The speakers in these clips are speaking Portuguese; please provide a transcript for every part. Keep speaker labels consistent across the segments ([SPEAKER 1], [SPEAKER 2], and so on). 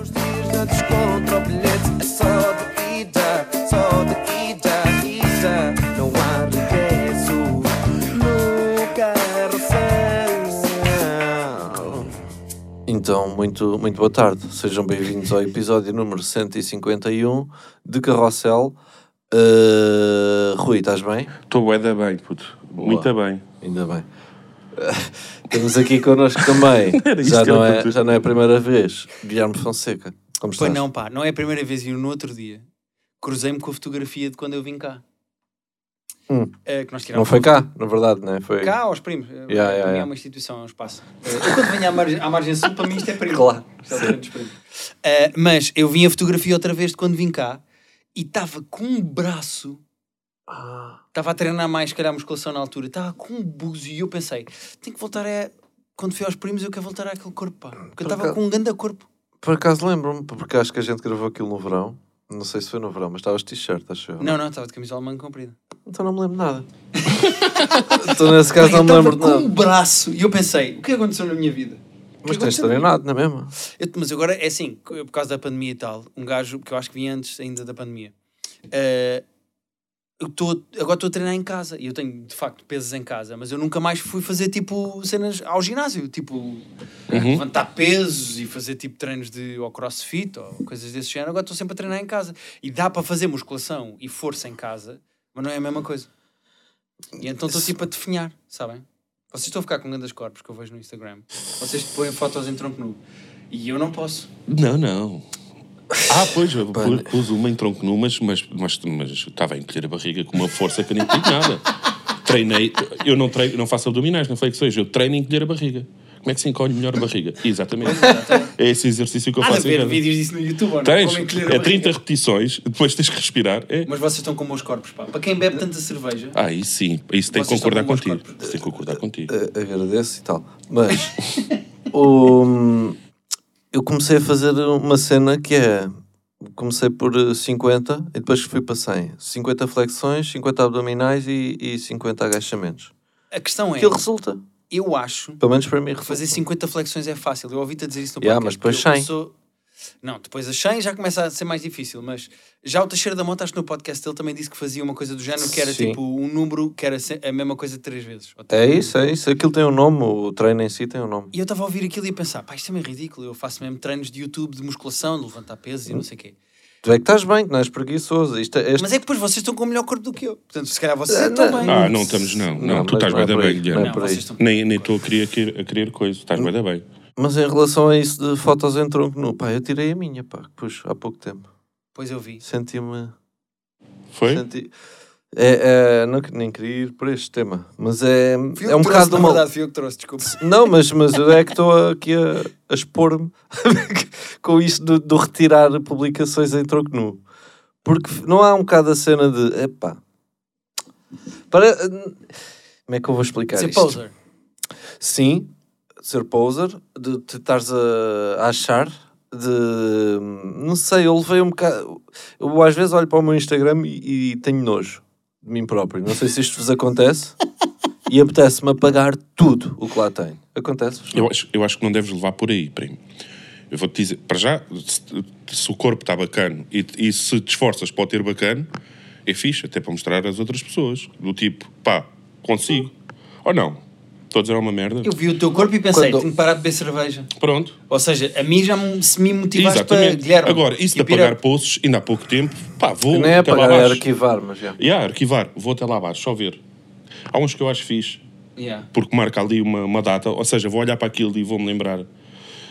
[SPEAKER 1] os dias na descontra, o bilhete é só de ida, só de ida, ida. Não há regresso no carrossel.
[SPEAKER 2] Então, muito, muito boa tarde. Sejam bem-vindos ao episódio número 151 de Carrossel. Uh, Rui, estás bem?
[SPEAKER 3] Estou bué da bem, puto. Muito bem.
[SPEAKER 2] Ainda bem. Uh, Temos aqui connosco também,
[SPEAKER 3] Era isto
[SPEAKER 2] já
[SPEAKER 3] que
[SPEAKER 2] não,
[SPEAKER 3] eu ia
[SPEAKER 2] é,
[SPEAKER 3] dizer.
[SPEAKER 2] já não é a primeira vez, Guilherme Fonseca. Como
[SPEAKER 4] Pois
[SPEAKER 2] estás?
[SPEAKER 4] não, pá, não é a primeira vez e no outro dia cruzei-me com a fotografia de quando eu vim cá.
[SPEAKER 2] Hum.
[SPEAKER 4] Eh, que nós tiramos
[SPEAKER 2] Não foi cá, na verdade, não é? Foi...
[SPEAKER 4] Cá aos primos. Eh,
[SPEAKER 2] yeah,
[SPEAKER 4] para mim
[SPEAKER 2] yeah.
[SPEAKER 4] É uma instituição, é um espaço. Eh, eu quando venho à margem, à margem sul, para mim isto é primo.
[SPEAKER 2] Claro.
[SPEAKER 4] Isto é o terreno dos primos. Eh, mas eu vim a fotografia outra vez de quando vim cá e estava com um braço.
[SPEAKER 2] Ah,
[SPEAKER 4] Estava a treinar mais, se calhar, musculação na altura. Estava com um buzo e eu pensei, tenho que voltar a... Quando fui aos primos, eu quero voltar àquele corpo, pá. Porque eu
[SPEAKER 2] Por
[SPEAKER 4] estava
[SPEAKER 2] acaso-
[SPEAKER 4] com um grande corpo.
[SPEAKER 2] Por acaso lembro-me, porque acho que a gente gravou aquilo no verão. Não sei se foi no verão, mas estavas de t-shirt, acho eu.
[SPEAKER 4] Não, não, estava de camisola manga comprida.
[SPEAKER 2] Então não me lembro nada. então nesse
[SPEAKER 4] Pá,
[SPEAKER 2] caso não
[SPEAKER 4] eu
[SPEAKER 2] me
[SPEAKER 4] estava
[SPEAKER 2] lembro de
[SPEAKER 4] com
[SPEAKER 2] nada.
[SPEAKER 4] um braço e eu pensei, o que aconteceu na minha vida?
[SPEAKER 2] Mas
[SPEAKER 4] que
[SPEAKER 2] tens
[SPEAKER 4] aconteceu?
[SPEAKER 2] treinado, não é mesmo?
[SPEAKER 4] Eu- mas agora é assim, co- por causa da pandemia e tal, um gajo que eu acho que vinha antes ainda da pandemia. eh, eu tô, agora estou a treinar em casa e eu tenho de facto pesos em casa, mas eu nunca mais fui fazer tipo cenas ao ginásio, tipo levantar pesos e fazer tipo treinos de ou crossfit ou coisas desse género. Agora estou sempre a treinar em casa e dá para fazer musculação e força em casa, mas não é a mesma coisa. E então estou tipo a definhar, sabem? Vocês estão a ficar com grandes corpos que eu vejo no Instagram. Vocês põem fotos em tronco nu. E eu não posso.
[SPEAKER 3] Não, não. Ah, pois, eu pu- pus uma em tronco nu, mas, mas, mas, mas estava a encolher a barriga com uma força que eu nem tive nada. Treinei, eu não, treino, não faço abdominais, não flexões, eu treino a encolher a barriga. Como é que se encolhe melhor a barriga? Exatamente. É esse exercício que eu
[SPEAKER 4] Há de
[SPEAKER 3] faço em
[SPEAKER 4] haver
[SPEAKER 3] casa.
[SPEAKER 4] vídeos disso no YouTube, ou não?
[SPEAKER 3] Tens,
[SPEAKER 4] Como encolher a
[SPEAKER 3] é
[SPEAKER 4] barriga.
[SPEAKER 3] 30 repetições, depois tens que respirar. É.
[SPEAKER 4] Mas vocês estão com bons corpos, pá. Para quem bebe tanta cerveja,
[SPEAKER 3] Ah, isso sim, isso tem que
[SPEAKER 4] Vocês estão
[SPEAKER 3] concordar
[SPEAKER 4] com eh, bons
[SPEAKER 3] contigo.
[SPEAKER 4] corpos.
[SPEAKER 3] Isso tem que concordar contigo.
[SPEAKER 2] A- É, agradeço e tal. Mas o- eu comecei a fazer uma cena que é. Comecei por eh, 50 e depois fui para 100. 50 flexões, 50 abdominais e, e 50 agachamentos.
[SPEAKER 4] a questão é,
[SPEAKER 2] Aquilo resulta.
[SPEAKER 4] eu acho
[SPEAKER 2] Pelo menos para mim
[SPEAKER 4] que
[SPEAKER 2] resulta.
[SPEAKER 4] fazer 50 flexões é fácil. Eu ouvi-te a dizer isso no
[SPEAKER 2] Yeah,
[SPEAKER 4] podcast.
[SPEAKER 2] mas depois
[SPEAKER 4] porque eu
[SPEAKER 2] 100.
[SPEAKER 4] sou- Não, depois a 100 já começa a ser mais difícil, mas já o Teixeira da Mota, acho que no podcast dele também disse que fazia uma coisa do género, que era
[SPEAKER 2] Sim.
[SPEAKER 4] tipo um número que era se- a mesma coisa três vezes. Ou
[SPEAKER 2] É isso, é isso. Aquilo tem um nome, o treino em si tem um nome.
[SPEAKER 4] E eu estava a ouvir aquilo e a pensar, pá, isto é meio ridículo, eu faço mesmo treinos de YouTube de musculação, de levantar pesos e não sei o quê.
[SPEAKER 2] Tu é que estás bem, que não és preguiçoso. Isto é, este-
[SPEAKER 4] Mas é que depois vocês estão com o melhor corpo do que eu. Portanto, se calhar vocês
[SPEAKER 2] Ah,
[SPEAKER 4] é, estão
[SPEAKER 2] não.
[SPEAKER 4] bem.
[SPEAKER 3] Ah, não estamos, não. Não,
[SPEAKER 2] Não,
[SPEAKER 3] tu
[SPEAKER 2] mas
[SPEAKER 3] estás
[SPEAKER 2] não é
[SPEAKER 3] bem da
[SPEAKER 2] por
[SPEAKER 3] bem,
[SPEAKER 2] aí,
[SPEAKER 3] Guilherme.
[SPEAKER 2] não é por aí.
[SPEAKER 4] vocês estão
[SPEAKER 3] Nem nem estou a querer, que- a querer coisa, estás
[SPEAKER 4] Hum?
[SPEAKER 3] bem da bem.
[SPEAKER 2] Mas em relação a isso de fotos em tronco nu, pá, eu tirei a minha, pá, que puxo há pouco tempo.
[SPEAKER 4] Pois eu vi.
[SPEAKER 2] Senti-me.
[SPEAKER 3] Foi?
[SPEAKER 2] Senti... É, é, não que- nem queria ir por este tema, mas é,
[SPEAKER 4] Fui eu
[SPEAKER 2] é um
[SPEAKER 4] que trouxe,
[SPEAKER 2] bocado de
[SPEAKER 4] na
[SPEAKER 2] uma.
[SPEAKER 4] verdade, fui eu que trouxe, desculpa.
[SPEAKER 2] Não, mas, mas eu é que estou aqui a, a expor-me com isto do, do retirar publicações em troco nu. Porque não há um bocado a cena de. Epá. Para, como é que eu vou explicar
[SPEAKER 4] Ser
[SPEAKER 2] isto?
[SPEAKER 4] poser.
[SPEAKER 2] Sim, ser poser, de te estares a, a achar, de. Não sei, eu levei um bocado. Eu às vezes olho para o meu Instagram e, e tenho nojo de mim próprio. Não sei se isto vos acontece e apetece-me apagar tudo o que lá tem. Acontece-vos?
[SPEAKER 3] Eu acho, eu acho que não deves levar por aí, primo. Eu vou-te dizer, para já, se, se o corpo está bacano e, e se te esforças para o ter bacano, é fixe, até para mostrar às outras pessoas. Do tipo, pá, consigo. Ou não? Estou a dizer uma merda?
[SPEAKER 4] Eu vi o teu corpo e pensei,
[SPEAKER 2] Quando-
[SPEAKER 4] tenho que parar de beber cerveja.
[SPEAKER 3] Pronto.
[SPEAKER 4] Ou seja, a mim já me- se me motivaste para
[SPEAKER 3] Exatamente.
[SPEAKER 4] Guilherme.
[SPEAKER 3] Agora, isso de
[SPEAKER 4] e Pirão.
[SPEAKER 3] apagar posts, ainda há pouco tempo, pá, vou
[SPEAKER 2] Nem é
[SPEAKER 3] até lá
[SPEAKER 2] apagar, é
[SPEAKER 3] abaixo.
[SPEAKER 2] arquivar, mas já.
[SPEAKER 3] E yeah, arquivar, vou até lá abaixo, só ver. Há uns que eu acho fixe,
[SPEAKER 4] Yeah.
[SPEAKER 3] porque marca ali uma, uma data, ou seja, vou olhar para aquilo e vou-me lembrar.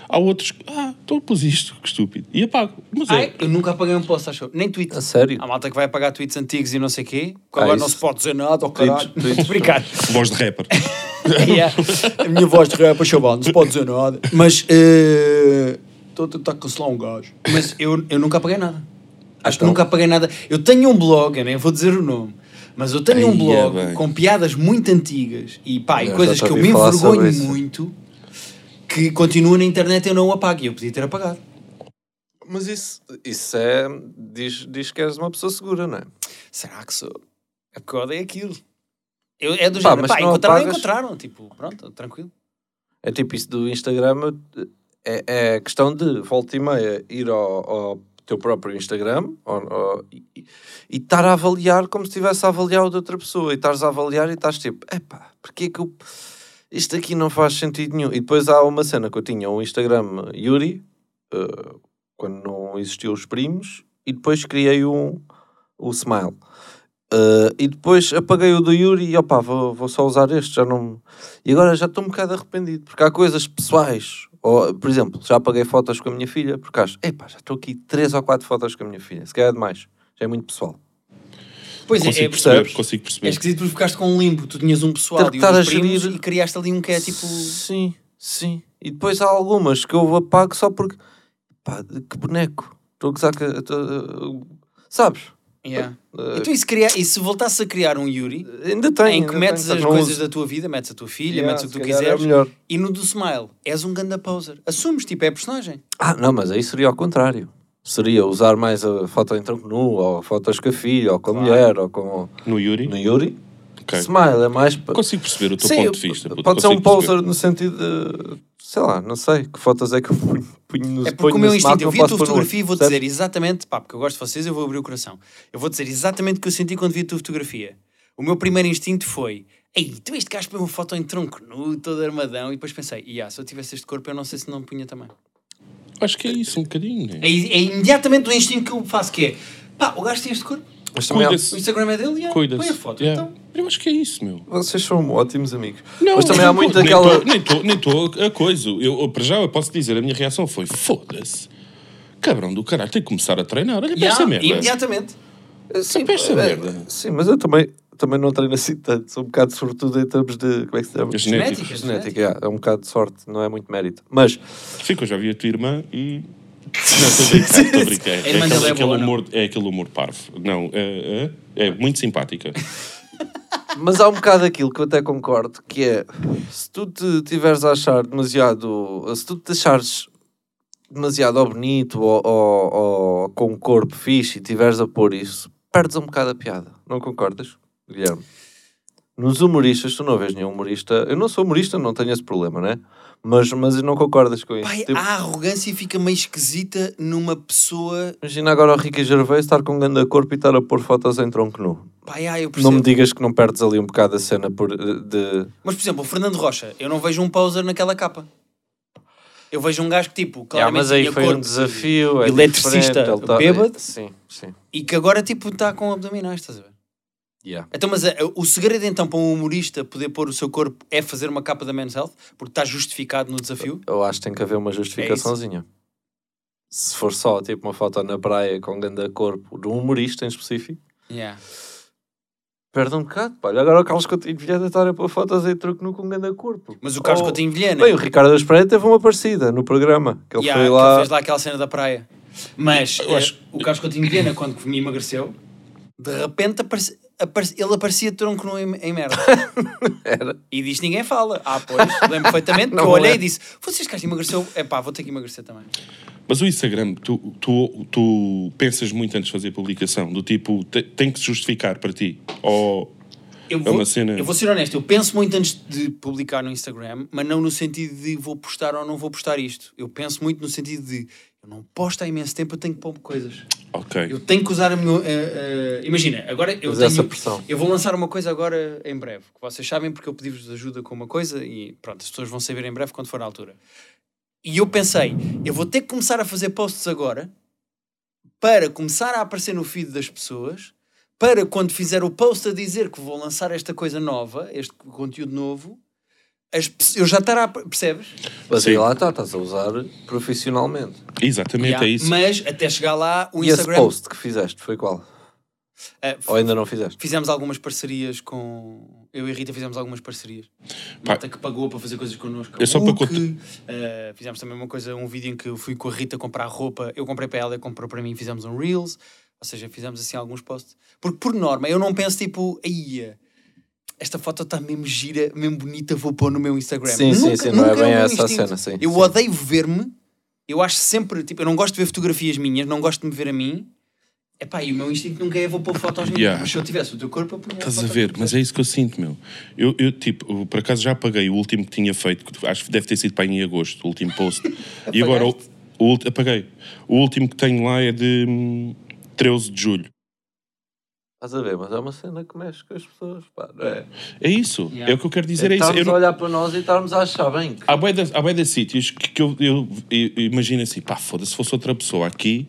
[SPEAKER 3] Há outros que, ah, então pus isto, que estúpido. E apago. Mas é.
[SPEAKER 4] Ai, eu nunca apaguei um post, achou? Nem tweet.
[SPEAKER 2] A sério?
[SPEAKER 4] Há malta que vai apagar tweets antigos e não sei o quê. que
[SPEAKER 2] Ah,
[SPEAKER 4] Agora não
[SPEAKER 2] isso.
[SPEAKER 4] se pode dizer nada, oh
[SPEAKER 2] Tweets,
[SPEAKER 4] caralho.
[SPEAKER 2] tweets.
[SPEAKER 4] Obrigado.
[SPEAKER 3] Voz de rapper.
[SPEAKER 4] Yeah. A minha voz de rapa, chaval, não se pode dizer nada. Mas. eh, Estou a tentar cancelar um gajo. Então? Mas eu, eu nunca apaguei nada. Acho que nunca apaguei nada. Eu tenho um blog, eu nem vou dizer o nome. Mas eu tenho
[SPEAKER 3] Ai,
[SPEAKER 4] um blog
[SPEAKER 3] é bem.
[SPEAKER 4] com piadas muito antigas e pá,
[SPEAKER 2] Eu
[SPEAKER 4] e
[SPEAKER 2] já
[SPEAKER 4] coisas
[SPEAKER 2] te
[SPEAKER 4] que eu
[SPEAKER 2] ouvi
[SPEAKER 4] me
[SPEAKER 2] falar sobre
[SPEAKER 4] envergonho
[SPEAKER 2] isso.
[SPEAKER 4] muito que continuam na internet e eu não o apago. E eu podia ter apagado.
[SPEAKER 2] Mas isso, isso é. Diz, diz que és uma pessoa segura, não é?
[SPEAKER 4] Será que sou? É porque eu odeio aquilo. Eu, é do
[SPEAKER 2] Pá,
[SPEAKER 4] género.
[SPEAKER 2] mas
[SPEAKER 4] Pá,
[SPEAKER 2] não
[SPEAKER 4] encontraram,
[SPEAKER 2] apagas-
[SPEAKER 4] encontraram. Tipo, pronto, tranquilo.
[SPEAKER 2] É tipo isso do Instagram. eu- é, é questão de volta e meia ir ao, ao teu próprio Instagram ao- ao- e- e e estar a avaliar como se estivesse a avaliar o de outra pessoa e estares a avaliar e estás tipo, epá, porque é que eu... Isto aqui não faz sentido nenhum. E depois há uma cena que eu tinha, um Instagram Yuri, eh, quando não existiam os primos, e depois criei um, o Smile. Eh, e depois apaguei o do Yuri e opá, vou, vou só usar este, já não... E agora já estou um bocado arrependido, porque há coisas pessoais. Ou, por exemplo, já apaguei fotos com a minha filha, porque acho, epá, já estou aqui três ou quatro fotos com a minha filha, se calhar é demais, já é muito pessoal.
[SPEAKER 4] Pois é,
[SPEAKER 3] Consigo
[SPEAKER 4] é,
[SPEAKER 3] perceber,
[SPEAKER 2] percebes?
[SPEAKER 3] consigo
[SPEAKER 4] é
[SPEAKER 3] perceber.
[SPEAKER 4] esquisito porque ficaste com um limbo. Tu tinhas um pessoal
[SPEAKER 2] Ter
[SPEAKER 4] e
[SPEAKER 2] que estar
[SPEAKER 4] uns
[SPEAKER 2] a
[SPEAKER 4] primos
[SPEAKER 2] gerir-
[SPEAKER 4] e criaste ali um que é tipo...
[SPEAKER 2] Sim, sim. E depois há algumas que eu apago só porque. Pá, de- que boneco. Estou a gozar que. estou- Sabes?
[SPEAKER 4] Yeah.
[SPEAKER 2] Eh,
[SPEAKER 4] Então, e se, criar, e se voltasse a criar um Yuri,
[SPEAKER 2] Ainda tenho.
[SPEAKER 4] em que
[SPEAKER 2] ainda
[SPEAKER 4] metes
[SPEAKER 2] tenho,
[SPEAKER 4] as
[SPEAKER 2] só não
[SPEAKER 4] coisas
[SPEAKER 2] uso.
[SPEAKER 4] da tua vida, metes a tua filha,
[SPEAKER 2] Yeah,
[SPEAKER 4] metes o que
[SPEAKER 2] se
[SPEAKER 4] tu
[SPEAKER 2] calhar é
[SPEAKER 4] quiseres,
[SPEAKER 2] melhor.
[SPEAKER 4] e no do Smile és um ganda poser. Assumes, tipo, é personagem.
[SPEAKER 2] Ah, não, mas aí seria ao contrário. Seria usar mais a foto em tronco nu, ou fotos com a filha, ou com a mulher, ou com.
[SPEAKER 3] No Yuri?
[SPEAKER 2] No Yuri.
[SPEAKER 3] Ok.
[SPEAKER 2] Smile é mais. pa-
[SPEAKER 3] Consigo perceber o teu
[SPEAKER 2] Sim,
[SPEAKER 3] ponto de vista. puto,
[SPEAKER 2] Pode ser um
[SPEAKER 3] consigo perceber.
[SPEAKER 2] poser no sentido de. Sei lá, não sei. Que fotos é que eu punho, punho no
[SPEAKER 4] É
[SPEAKER 2] ponho
[SPEAKER 4] porque o meu
[SPEAKER 2] no Smile
[SPEAKER 4] instinto,
[SPEAKER 2] que
[SPEAKER 4] eu
[SPEAKER 2] não
[SPEAKER 4] vi a
[SPEAKER 2] posso
[SPEAKER 4] tua
[SPEAKER 2] pôr no
[SPEAKER 4] fotografia e vou
[SPEAKER 2] percebes?
[SPEAKER 4] dizer exatamente, pá, porque eu gosto de vocês, eu vou abrir o coração. Eu vou dizer exatamente o que eu senti quando vi a tua fotografia. O meu primeiro instinto foi, ei, tu este gajo põe uma foto em tronco nu, todo armadão, e depois pensei, yeah, se eu tivesse este corpo, eu não sei se não me punha também.
[SPEAKER 3] Acho que é isso, um bocadinho.
[SPEAKER 4] É, é imediatamente o instinto que eu faço, que é, pá, o gajo tem este corpo,
[SPEAKER 2] Mas também há-
[SPEAKER 4] o
[SPEAKER 3] Cuida-se.
[SPEAKER 4] Instagram é dele, yeah, põe a
[SPEAKER 3] Cuida-se.
[SPEAKER 4] foto,
[SPEAKER 3] Yeah.
[SPEAKER 4] então...
[SPEAKER 3] Eu acho que é isso, meu.
[SPEAKER 2] Vocês são ótimos amigos.
[SPEAKER 3] Não,
[SPEAKER 2] mas também há
[SPEAKER 3] não
[SPEAKER 2] muito
[SPEAKER 3] tô- nem
[SPEAKER 2] aquela.
[SPEAKER 3] tô- Nem estou nem tô a coisa. Eu, eu, para já, eu posso dizer, a minha reação foi: foda-se. Cabrão do caralho, tem que começar a treinar. Olha para
[SPEAKER 4] Yeah,
[SPEAKER 3] essa
[SPEAKER 2] é.
[SPEAKER 3] merda.
[SPEAKER 4] imediatamente.
[SPEAKER 2] tipo Sim,
[SPEAKER 3] para Tipo esta
[SPEAKER 2] eh,
[SPEAKER 3] merda.
[SPEAKER 2] Sim, mas eu também, também não treino assim tanto. Sou um bocado, sobretudo, em termos de. Como é que se chama?
[SPEAKER 3] As
[SPEAKER 2] Genética.
[SPEAKER 3] genéticas.
[SPEAKER 4] Genética.
[SPEAKER 2] é, é um bocado de sorte, não é muito mérito. Mas.
[SPEAKER 3] Sim, que eu já vi a tua irmã e. Não, estou a brincar, estou a brincar. É,
[SPEAKER 4] A irmã dele
[SPEAKER 3] aquele,
[SPEAKER 4] é
[SPEAKER 3] aquele
[SPEAKER 4] boa, não?
[SPEAKER 3] humor, é aquele humor parvo. Não, é, é, é muito simpática.
[SPEAKER 2] Mas há um bocado aquilo que eu até concordo, que é se tu te tiveres a achar demasiado. Se tu te achares demasiado ou bonito ou, ou- ou com um corpo fixe e tiveres a pôr isso, perdes um bocado a piada. Não concordas, Guilherme? Nos humoristas, tu não vês nenhum humorista. Eu não sou humorista, não tenho esse problema, né? Mas, mas não concordas com isso.
[SPEAKER 4] Pai,
[SPEAKER 2] Tipo,
[SPEAKER 4] é, a arrogância fica meio esquisita numa pessoa...
[SPEAKER 2] Imagina agora o Ricky Gervais estar com um grande corpo e estar a pôr fotos em tronco nu.
[SPEAKER 4] Pai, ah, eu
[SPEAKER 2] Não
[SPEAKER 4] percebo.
[SPEAKER 2] me digas que não perdes ali um bocado a cena por, eh, de.
[SPEAKER 4] Mas, por exemplo, o Fernando Rocha, eu não vejo um poser naquela capa. Eu vejo um gajo que, tipo,
[SPEAKER 2] Yeah,
[SPEAKER 4] claramente
[SPEAKER 2] mas aí
[SPEAKER 4] tinha
[SPEAKER 2] foi
[SPEAKER 4] corpo
[SPEAKER 2] um desafio. é
[SPEAKER 4] eletricista
[SPEAKER 2] diferente, ele tá-
[SPEAKER 4] bêbado.
[SPEAKER 2] Sim, sim.
[SPEAKER 4] e que agora, tipo, está com abdominais, estás a ver?
[SPEAKER 2] Yeah.
[SPEAKER 4] Então, mas eh, o segredo, então, para um humorista poder pôr o seu corpo é fazer uma capa da Men's Health, porque está justificado no desafio.
[SPEAKER 2] Eu acho que tem que haver uma justificaçãozinha. Se for só tipo uma foto na praia com grande corpo de um humorista em específico,
[SPEAKER 4] Yeah.
[SPEAKER 2] perde um bocado. pá. Olha, agora o Carlos Coutinho Vilhena está a pôr fotos em truque nu com grande corpo.
[SPEAKER 4] Mas o Carlos
[SPEAKER 2] Oh.
[SPEAKER 4] Coutinho Vilhena,
[SPEAKER 2] Bem, o Ricardo Espreita teve uma parecida no programa. Que ele
[SPEAKER 4] yeah,
[SPEAKER 2] foi
[SPEAKER 4] que
[SPEAKER 2] lá.
[SPEAKER 4] ele fez lá aquela cena da praia. Mas
[SPEAKER 3] Eu
[SPEAKER 4] eh,
[SPEAKER 3] acho-
[SPEAKER 4] o Carlos Coutinho Vilhena, quando me emagreceu, de repente aparece- aparece- ele aparecia tronco nu em, em merda.
[SPEAKER 2] Era.
[SPEAKER 4] E diz ninguém fala. Ah, pois, lembro perfeitamente que
[SPEAKER 2] Não
[SPEAKER 4] eu olhei
[SPEAKER 2] é.
[SPEAKER 4] e disse: vocês cá emagreceu, é pá, vou ter que emagrecer também.
[SPEAKER 3] Mas o Instagram, tu, tu, tu pensas muito antes de fazer publicação, do tipo, te- tem que se justificar para ti. Ou.
[SPEAKER 4] Eu
[SPEAKER 3] É
[SPEAKER 4] vou,
[SPEAKER 3] uma cena-
[SPEAKER 4] eu vou ser honesto, eu penso muito antes de publicar no Instagram, mas não no sentido de vou postar ou não vou postar isto. Eu penso muito no sentido de eu não posto há imenso tempo, eu tenho que pôr coisas.
[SPEAKER 3] Ok.
[SPEAKER 4] Eu tenho que usar a minha. eh, eh, imagina, agora eu
[SPEAKER 2] Mas
[SPEAKER 4] tenho.
[SPEAKER 2] essa pressão.
[SPEAKER 4] Eu vou lançar uma coisa agora em breve, que vocês sabem porque eu pedi-vos ajuda com uma coisa e pronto, as pessoas vão saber em breve quando for a altura. E eu pensei, eu vou ter que começar a fazer posts agora para começar a aparecer no feed das pessoas, para quando fizer o post a dizer que vou lançar esta coisa nova, este conteúdo novo, as, pe- eu já estará, percebes?
[SPEAKER 2] Mas
[SPEAKER 3] Sim.
[SPEAKER 2] aí lá está, estás a usar profissionalmente.
[SPEAKER 3] Exatamente,
[SPEAKER 4] Yeah.
[SPEAKER 3] é isso.
[SPEAKER 4] Mas até chegar lá, o
[SPEAKER 2] E esse
[SPEAKER 4] Instagram.
[SPEAKER 2] post que fizeste foi qual?
[SPEAKER 4] eh,
[SPEAKER 2] Ou ainda não fizeste?
[SPEAKER 4] Fizemos algumas parcerias com. Eu e a Rita fizemos algumas parcerias.
[SPEAKER 3] Pá.
[SPEAKER 4] Malta que pagou para fazer coisas connosco.
[SPEAKER 3] É só
[SPEAKER 4] O
[SPEAKER 3] para
[SPEAKER 4] que,
[SPEAKER 3] conte-
[SPEAKER 4] eh, fizemos também uma coisa, um vídeo em que eu fui com a Rita comprar roupa. Eu comprei para ela, ela comprou para mim, fizemos um Reels. Ou seja, fizemos assim alguns posts. Porque por norma, eu não penso tipo, aí esta foto está mesmo gira, mesmo bonita, vou pôr no meu Instagram.
[SPEAKER 2] Sim, sim, sim, não é
[SPEAKER 4] nunca o
[SPEAKER 2] bem
[SPEAKER 4] meu
[SPEAKER 2] essa a
[SPEAKER 4] instinto.
[SPEAKER 2] cena, sim,
[SPEAKER 4] Eu
[SPEAKER 2] sim.
[SPEAKER 4] odeio ver-me. Eu acho sempre, tipo, eu não gosto de ver fotografias minhas, não gosto de me ver a mim. Epá, e o meu instinto nunca é vou pôr fotos nenhuma.
[SPEAKER 3] Yeah.
[SPEAKER 4] Mas se eu tivesse o teu corpo, eu punha
[SPEAKER 3] Estás a
[SPEAKER 4] fotos
[SPEAKER 3] ver?
[SPEAKER 4] que eu
[SPEAKER 3] Mas é isso que eu sinto, meu. Eu, eu, tipo, eu, por acaso já apaguei o último que tinha feito, que acho que deve ter sido para em agosto, o último post. e agora, o, o, ulti- apaguei. O último que tenho lá é de hum, 13 de julho.
[SPEAKER 2] Estás a ver? Mas é uma cena que mexe com as pessoas, pá, não é?
[SPEAKER 3] É isso.
[SPEAKER 4] Yeah.
[SPEAKER 3] É o que eu quero dizer. É,
[SPEAKER 2] É
[SPEAKER 3] isso. Eu
[SPEAKER 2] estarmos
[SPEAKER 3] não-
[SPEAKER 2] a olhar para nós e estarmos a achar bem.
[SPEAKER 3] Há bué de, há bué de sítios que, que eu, eu, eu imagino assim, pá, foda-se, se fosse outra pessoa aqui,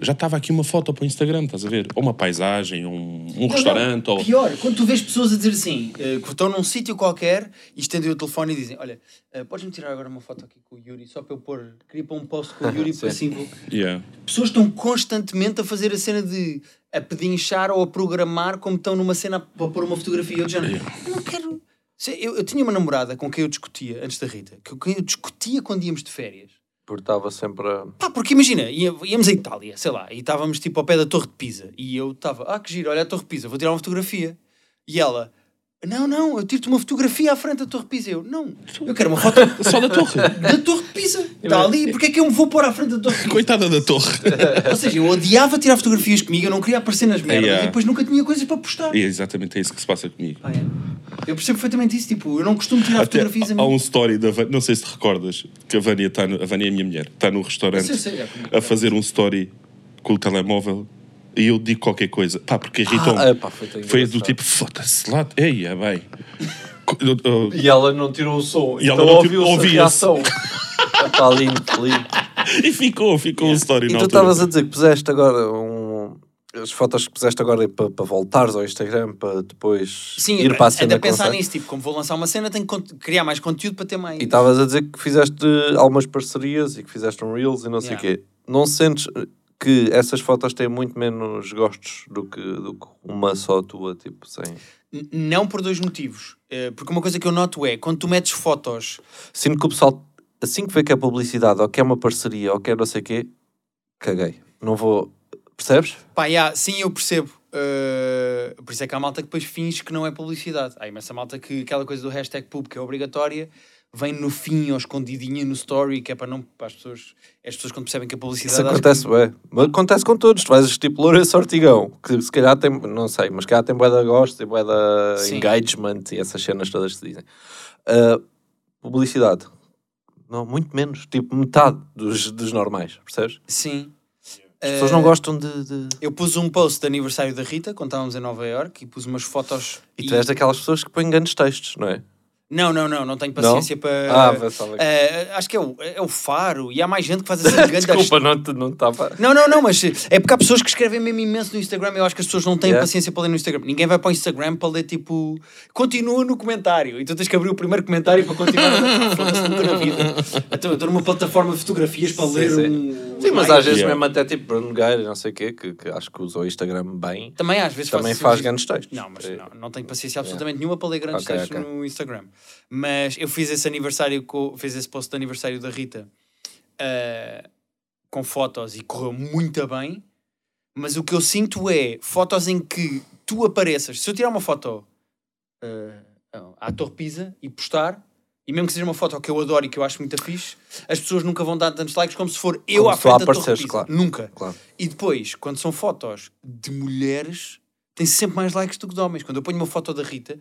[SPEAKER 3] já estava aqui uma foto para o Instagram, estás a ver? Ou uma paisagem, um, um
[SPEAKER 4] Não, não.
[SPEAKER 3] restaurante, ou...
[SPEAKER 4] Pior, quando tu vês pessoas a dizer assim, eh, que estão num sítio qualquer e estendem o telefone e dizem: Olha, eh, podes-me tirar agora uma foto aqui com o Yuri, só para eu pôr. Queria pôr um post com o Yuri,
[SPEAKER 2] Sim.
[SPEAKER 4] assim vou.
[SPEAKER 3] Yeah.
[SPEAKER 4] Pessoas estão constantemente a fazer a cena de. a pedinchar ou a programar como estão numa cena para pôr uma fotografia. Eu, de género, eu não quero. Se- Eu, eu tinha uma namorada com quem eu discutia, antes da Rita, com quem eu discutia quando íamos de férias.
[SPEAKER 2] Porque estava sempre a...
[SPEAKER 4] Pá, porque imagina, ia- íamos à Itália, sei lá, e estávamos tipo ao pé da Torre de Pisa. E eu estava, ah, que giro, olha a Torre de Pisa, vou tirar uma fotografia. E ela, não, não, eu tiro-te uma fotografia à frente da Torre de Pisa. Eu, não, eu quero uma foto
[SPEAKER 3] Só da torre.
[SPEAKER 4] da Torre de Pisa. Está ali, porque é que eu me vou pôr à frente da Torre de Pisa?
[SPEAKER 3] Coitada da torre.
[SPEAKER 4] Ou seja, eu odiava tirar fotografias comigo, eu não queria aparecer nas merdas,
[SPEAKER 3] Yeah.
[SPEAKER 4] e depois nunca tinha coisas para postar.
[SPEAKER 3] E é exatamente isso que se passa comigo.
[SPEAKER 4] Pá, é. Eu percebo perfeitamente isso, tipo, eu não costumo tirar
[SPEAKER 3] Até
[SPEAKER 4] fotografias a
[SPEAKER 3] há
[SPEAKER 4] mim.
[SPEAKER 3] um story da Vânia, não sei se te recordas, que a Vânia, está no- a Vânia é a minha mulher, está no restaurante
[SPEAKER 4] Sim, sim, é comigo.
[SPEAKER 3] a fazer um story com o telemóvel e eu digo qualquer coisa, pá, porque irritam-me.
[SPEAKER 2] Ah, epá, foi tão
[SPEAKER 3] foi do
[SPEAKER 2] engraçado.
[SPEAKER 3] tipo, foda-se lá, ei, é bem. Co- eu- eu-
[SPEAKER 2] E ela não tirou o som.
[SPEAKER 3] E ela
[SPEAKER 2] então
[SPEAKER 3] não tirou-
[SPEAKER 2] ouviu-se a
[SPEAKER 3] ouvia-se.
[SPEAKER 2] reação. Está lindo, lindo.
[SPEAKER 3] E ficou, ficou um story
[SPEAKER 2] E
[SPEAKER 3] na
[SPEAKER 2] tu
[SPEAKER 3] altura.
[SPEAKER 2] Então estavas a dizer que puseste agora um... As fotos que puseste agora é para, para voltares ao Instagram, para depois
[SPEAKER 4] Sim,
[SPEAKER 2] ir para a
[SPEAKER 4] ainda
[SPEAKER 2] cena
[SPEAKER 4] pensar
[SPEAKER 2] conceito.
[SPEAKER 4] nisso, tipo, como vou lançar uma cena, tenho que cont- criar mais conteúdo para ter mais.
[SPEAKER 2] E tá- estavas a dizer que fizeste algumas parcerias e que fizeste um Reels e não sei o
[SPEAKER 4] Yeah.
[SPEAKER 2] quê. Não sentes que essas fotos têm muito menos gostos do que, do que uma só tua, tipo, sem...
[SPEAKER 4] N- Não por dois motivos. Eh, porque uma coisa que eu noto é, quando tu metes fotos,
[SPEAKER 2] Sinto que o pessoal, assim que vê que é publicidade, ou que é uma parceria, ou que é não sei o quê, caguei. Não vou... Percebes?
[SPEAKER 4] pá, yeah, sim, eu percebo. Eh, por isso é que há malta que depois finge que não é publicidade. Há imensa malta que aquela coisa do hashtag pub que é obrigatória vem no fim ou escondidinha no story, que é para não para as pessoas, as pessoas quando percebem que a publicidade
[SPEAKER 2] Isso
[SPEAKER 4] acho
[SPEAKER 2] acontece,
[SPEAKER 4] que-
[SPEAKER 2] bué. Mas acontece com todos. Tu vais tipo Lourenço Ortigão, que se calhar tem, não sei, mas se calhar tem bué de gosto e bué de
[SPEAKER 4] Sim.
[SPEAKER 2] engagement e essas cenas todas que se dizem. Ah, publicidade. Não, muito menos. Tipo metade dos, dos normais, percebes?
[SPEAKER 4] Sim.
[SPEAKER 2] As pessoas
[SPEAKER 4] Eh,
[SPEAKER 2] não gostam de... de-
[SPEAKER 4] Eu pus um post de aniversário da Rita quando estávamos em Nova Iorque e pus umas fotos.
[SPEAKER 2] E tu és daquelas pessoas que põem grandes textos, não é?
[SPEAKER 4] Não, não, não, não tenho paciência para.
[SPEAKER 2] Ah, pensava que-
[SPEAKER 4] Eh, acho que é o, é o Faro e há mais gente que faz assim grande
[SPEAKER 2] Desculpa, não te- não estava...
[SPEAKER 4] Não, não, não, mas é porque há pessoas que escrevem mesmo imenso no Instagram. Eu acho que as pessoas não têm
[SPEAKER 2] Yeah.
[SPEAKER 4] paciência para ler no Instagram. Ninguém vai para o Instagram para ler tipo. Continua no comentário. E tu tens que abrir o primeiro comentário para continuar. Foda-se, nunca na vida. Então, eu estou numa plataforma de fotografias para ler
[SPEAKER 2] sim.
[SPEAKER 4] um.
[SPEAKER 2] Sim, mas às vezes
[SPEAKER 3] Yeah.
[SPEAKER 2] mesmo até tipo Bruno Nogueira e não sei o quê, que, que acho que usou o Instagram bem,
[SPEAKER 4] Também às vezes
[SPEAKER 2] também
[SPEAKER 4] faço
[SPEAKER 2] faz
[SPEAKER 4] isso.
[SPEAKER 2] grandes textos.
[SPEAKER 4] Não, mas
[SPEAKER 2] É.
[SPEAKER 4] não, não tenho paciência absolutamente nenhuma para ler grandes
[SPEAKER 2] Ok,
[SPEAKER 4] textos
[SPEAKER 2] ok.
[SPEAKER 4] no Instagram. Mas eu fiz esse aniversário, co- fiz esse post de aniversário da Rita ah, com fotos e correu muito bem. Mas o que eu sinto é fotos em que tu apareças. Se eu tirar uma foto ah, à Torre Pisa e postar, e mesmo que seja uma foto que eu adoro e que eu acho muito fixe, as pessoas nunca vão dar tantos likes como se for eu
[SPEAKER 2] Como
[SPEAKER 4] à
[SPEAKER 2] se tu lá
[SPEAKER 4] frente da Torre
[SPEAKER 2] apareceres,
[SPEAKER 4] Pisa.
[SPEAKER 2] claro.
[SPEAKER 4] Nunca.
[SPEAKER 2] Claro.
[SPEAKER 4] E depois, quando são fotos de mulheres, tem sempre mais likes do que de homens. Quando eu ponho uma foto da Rita,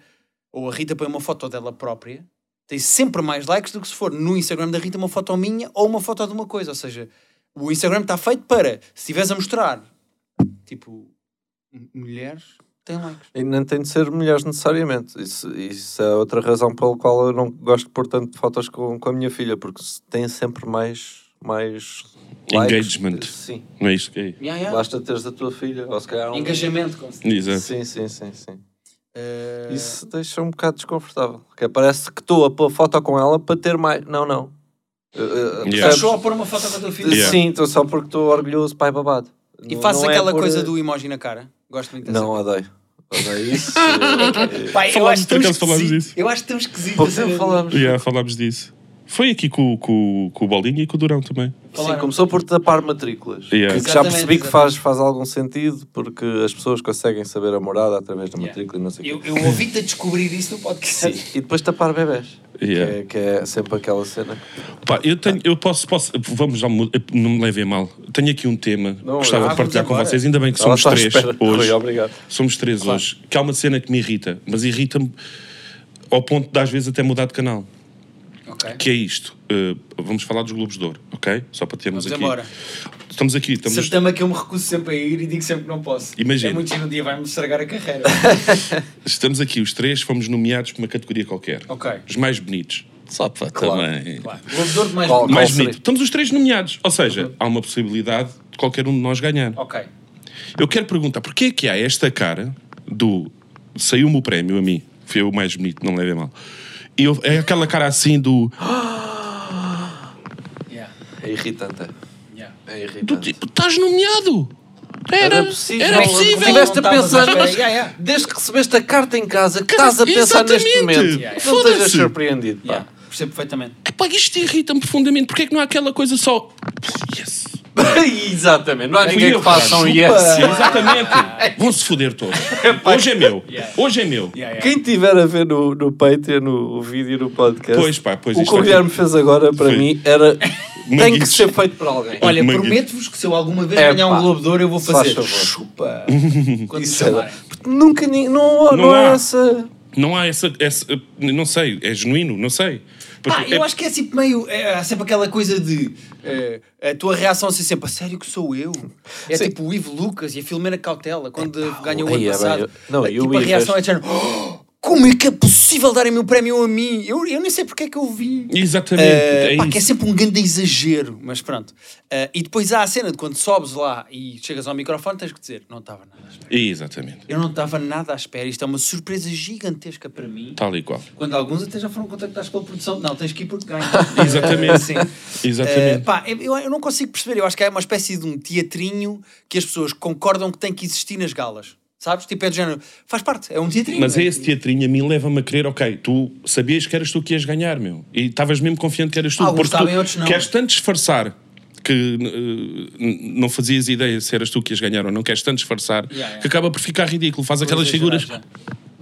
[SPEAKER 4] ou a Rita põe uma foto dela própria, tem sempre mais likes do que se for no Instagram da Rita uma foto minha ou uma foto de uma coisa. Ou seja, o Instagram está feito para, se estiveres a mostrar, tipo, m- mulheres, tem likes.
[SPEAKER 2] E nem tem de ser mulheres necessariamente. Isso, isso é outra razão pela qual eu não gosto de pôr tanto de fotos com, com a minha filha, porque se- tem sempre mais, mais
[SPEAKER 3] Engagement.
[SPEAKER 2] Likes. Sim.
[SPEAKER 3] Não é isto que é?
[SPEAKER 4] Yeah, yeah.
[SPEAKER 2] Basta teres a tua filha, ou se calhar um...
[SPEAKER 4] Engajamento, como se diz.
[SPEAKER 3] Exato.
[SPEAKER 2] Sim, sim, sim, sim.
[SPEAKER 4] Eh,
[SPEAKER 2] Isso deixa um bocado desconfortável. Que é, parece que estou a pôr foto com ela para ter mais... Não, não. Eh, eh,
[SPEAKER 3] Yeah.
[SPEAKER 4] Estás
[SPEAKER 2] percebes?
[SPEAKER 4] só a pôr uma foto com a tua filha.
[SPEAKER 3] Yeah.
[SPEAKER 2] Sim, estou só porque estou orgulhoso, pai babado.
[SPEAKER 4] E
[SPEAKER 2] Não-
[SPEAKER 4] fazes
[SPEAKER 2] não é
[SPEAKER 4] aquela
[SPEAKER 2] por-
[SPEAKER 4] coisa do emoji na cara. Gosto muito dessa
[SPEAKER 2] Não, odeio. Odeio isso.
[SPEAKER 4] Pai, eu
[SPEAKER 3] Falámos-
[SPEAKER 4] acho
[SPEAKER 3] por
[SPEAKER 4] tão
[SPEAKER 3] acaso falámos
[SPEAKER 4] esquisito.
[SPEAKER 3] disso.
[SPEAKER 4] Eu acho tão esquisito.
[SPEAKER 2] Pouco
[SPEAKER 4] essa-
[SPEAKER 2] tempo falámos.
[SPEAKER 3] Yeah, falámos disso. Foi aqui com, com, com o Baldinho e com o Durão também.
[SPEAKER 2] Sim, começou por tapar matrículas.
[SPEAKER 3] Yeah.
[SPEAKER 2] Que já
[SPEAKER 4] Exatamente,
[SPEAKER 2] percebi que faz, faz algum sentido, porque as pessoas conseguem saber a morada através da
[SPEAKER 4] Yeah.
[SPEAKER 2] matrícula e não sei o quê.
[SPEAKER 4] Eu, eu ouvi-te a descobrir isso no podcast.
[SPEAKER 2] Sim. E depois tapar bebés.
[SPEAKER 3] Yeah.
[SPEAKER 2] Que, é, que é sempre aquela cena.
[SPEAKER 3] Pá, eu tenho, eu posso, posso, vamos já, mu- não me levem a mal. Tenho aqui um tema que
[SPEAKER 2] Não,
[SPEAKER 3] gostava
[SPEAKER 2] ah,
[SPEAKER 3] de partilhar
[SPEAKER 2] vamos
[SPEAKER 3] com
[SPEAKER 2] embora.
[SPEAKER 3] vocês, ainda bem que
[SPEAKER 2] Estava
[SPEAKER 3] somos
[SPEAKER 2] só à
[SPEAKER 3] três
[SPEAKER 2] espera.
[SPEAKER 3] hoje.
[SPEAKER 2] Rui, obrigado.
[SPEAKER 3] Somos três hoje. Que há uma cena que me irrita, mas irrita-me ao ponto de às vezes até mudar de canal.
[SPEAKER 4] Ok.
[SPEAKER 3] Que é isto. Uh, vamos falar dos Globos de Ouro, ok? Só para termos
[SPEAKER 4] Vamos
[SPEAKER 3] aqui.
[SPEAKER 4] embora.
[SPEAKER 3] Estamos aqui, estamos.
[SPEAKER 4] Certama que eu me recuso sempre a ir e digo sempre que não posso.
[SPEAKER 3] Imagino.
[SPEAKER 4] É muito giro, um dia vai-me estragar a carreira.
[SPEAKER 3] Estamos aqui, os três fomos nomeados por uma categoria qualquer.
[SPEAKER 4] Ok.
[SPEAKER 3] Os mais bonitos. Só para também.
[SPEAKER 4] Claro. Uhum. O abdor de mais
[SPEAKER 2] Qual-
[SPEAKER 4] bonito.
[SPEAKER 3] Mais
[SPEAKER 2] Qual seria?
[SPEAKER 3] bonito. Estamos os três nomeados. Ou seja, há uma possibilidade de qualquer um de nós ganhar.
[SPEAKER 4] Ok.
[SPEAKER 3] Eu quero perguntar, porquê é que há esta cara do saiu-me o prémio a mim, fui eu o mais bonito, não me levem a mal. E eu- é aquela cara assim do,
[SPEAKER 4] Yeah.
[SPEAKER 2] É irritante. é.
[SPEAKER 4] Yeah.
[SPEAKER 2] É
[SPEAKER 3] do
[SPEAKER 2] irritante.
[SPEAKER 3] tipo, estás nomeado. Era,
[SPEAKER 2] Era possível.
[SPEAKER 3] Era possível.
[SPEAKER 2] Estiveste a
[SPEAKER 4] Não estavas
[SPEAKER 2] pensar,
[SPEAKER 4] à espera.
[SPEAKER 2] mas
[SPEAKER 4] Yeah, yeah.
[SPEAKER 2] desde que recebeste a carta em casa, que
[SPEAKER 3] Cara,
[SPEAKER 2] estás a pensar neste
[SPEAKER 3] exatamente.
[SPEAKER 2] momento.
[SPEAKER 3] Yeah,
[SPEAKER 2] Não
[SPEAKER 3] yeah.
[SPEAKER 2] estejas
[SPEAKER 3] Foda-se.
[SPEAKER 2] surpreendido, pá.
[SPEAKER 4] Yeah. Percebo perfeitamente.
[SPEAKER 3] Epá, isto irrita-me profundamente. Porquê é que não há aquela coisa só... Yes.
[SPEAKER 2] Exatamente. Não há
[SPEAKER 3] Fui
[SPEAKER 2] ninguém
[SPEAKER 3] eu,
[SPEAKER 2] que faça um
[SPEAKER 3] cara.
[SPEAKER 2] yes.
[SPEAKER 3] Sim, exatamente. Vão-se foder todos. Hoje é meu.
[SPEAKER 4] Yeah.
[SPEAKER 3] Hoje é meu.
[SPEAKER 4] Yeah, yeah.
[SPEAKER 2] Quem tiver a ver no, no Patreon o, o vídeo no podcast,
[SPEAKER 3] Pois, pá, pois
[SPEAKER 2] o que
[SPEAKER 3] isto
[SPEAKER 2] o
[SPEAKER 3] é-
[SPEAKER 2] Guilherme fez agora para
[SPEAKER 3] Foi.
[SPEAKER 2] mim era tem que
[SPEAKER 3] Manguitos.
[SPEAKER 2] ser feito por alguém.
[SPEAKER 4] Olha,
[SPEAKER 3] Manguito.
[SPEAKER 4] prometo-vos que se eu alguma vez
[SPEAKER 2] É,
[SPEAKER 4] ganhar
[SPEAKER 2] pá.
[SPEAKER 4] um Globo de Ouro, eu vou
[SPEAKER 2] Se
[SPEAKER 4] fazer.
[SPEAKER 2] faz favor.
[SPEAKER 4] Chupa! Quando me
[SPEAKER 2] Isso é era.
[SPEAKER 4] chamarem.
[SPEAKER 2] Porque Nunca ni- não, não,
[SPEAKER 3] Não há.
[SPEAKER 2] é essa.
[SPEAKER 3] Não há essa, essa- Não sei, é genuíno, não sei.
[SPEAKER 4] Pá,
[SPEAKER 3] Porque
[SPEAKER 4] eu
[SPEAKER 3] é-
[SPEAKER 4] acho que é sempre meio. É, há sempre aquela coisa de. eh, a tua reação ser sempre. A sério que sou eu? É
[SPEAKER 2] Sim.
[SPEAKER 4] tipo o Ivo Lucas e a Filomena Cautela quando ganhou o
[SPEAKER 2] aí
[SPEAKER 4] ano
[SPEAKER 2] é bem-
[SPEAKER 4] passado.
[SPEAKER 2] não,
[SPEAKER 4] a,
[SPEAKER 2] e o
[SPEAKER 4] tipo, a
[SPEAKER 2] Ivo,
[SPEAKER 4] reação é de género, "Oh, Como é que é possível darem-me o prémio a mim? Eu, eu nem sei porque é que eu vi.
[SPEAKER 3] Exatamente,
[SPEAKER 4] Eh,
[SPEAKER 3] é
[SPEAKER 4] pá, que é
[SPEAKER 3] isso.
[SPEAKER 4] sempre um grande exagero, mas pronto. Eh, e depois há a cena de quando sobes lá e chegas ao microfone, tens que dizer: Não estava nada à espera.
[SPEAKER 3] Exatamente.
[SPEAKER 4] Eu não estava nada à espera. Isto é uma surpresa gigantesca para mim.
[SPEAKER 3] Tal e qual.
[SPEAKER 4] Quando alguns até já foram contactados pela produção. Não, tens que ir porque ganhas.
[SPEAKER 3] Exatamente.
[SPEAKER 4] Sim.
[SPEAKER 3] Exatamente.
[SPEAKER 4] Eh, pá, eu, eu não consigo perceber. Eu acho que é uma espécie de um teatrinho que as pessoas concordam que tem que existir nas galas. Sabes? Tipo, é do género. Faz parte, é um teatrinho.
[SPEAKER 3] Mas é
[SPEAKER 4] é
[SPEAKER 3] esse teatrinho a mim leva-me a crer, ok, tu sabias que eras tu que ias ganhar, meu. E estavas mesmo confiante que eras tu.
[SPEAKER 4] Alguns
[SPEAKER 3] porque
[SPEAKER 4] sabem,
[SPEAKER 3] tu
[SPEAKER 4] outros não.
[SPEAKER 3] queres tanto disfarçar que eh, n- não fazias ideia se eras tu que ias ganhar ou não, queres tanto disfarçar
[SPEAKER 4] Yeah, yeah.
[SPEAKER 3] que acaba por ficar ridículo. Faz aquelas figuras.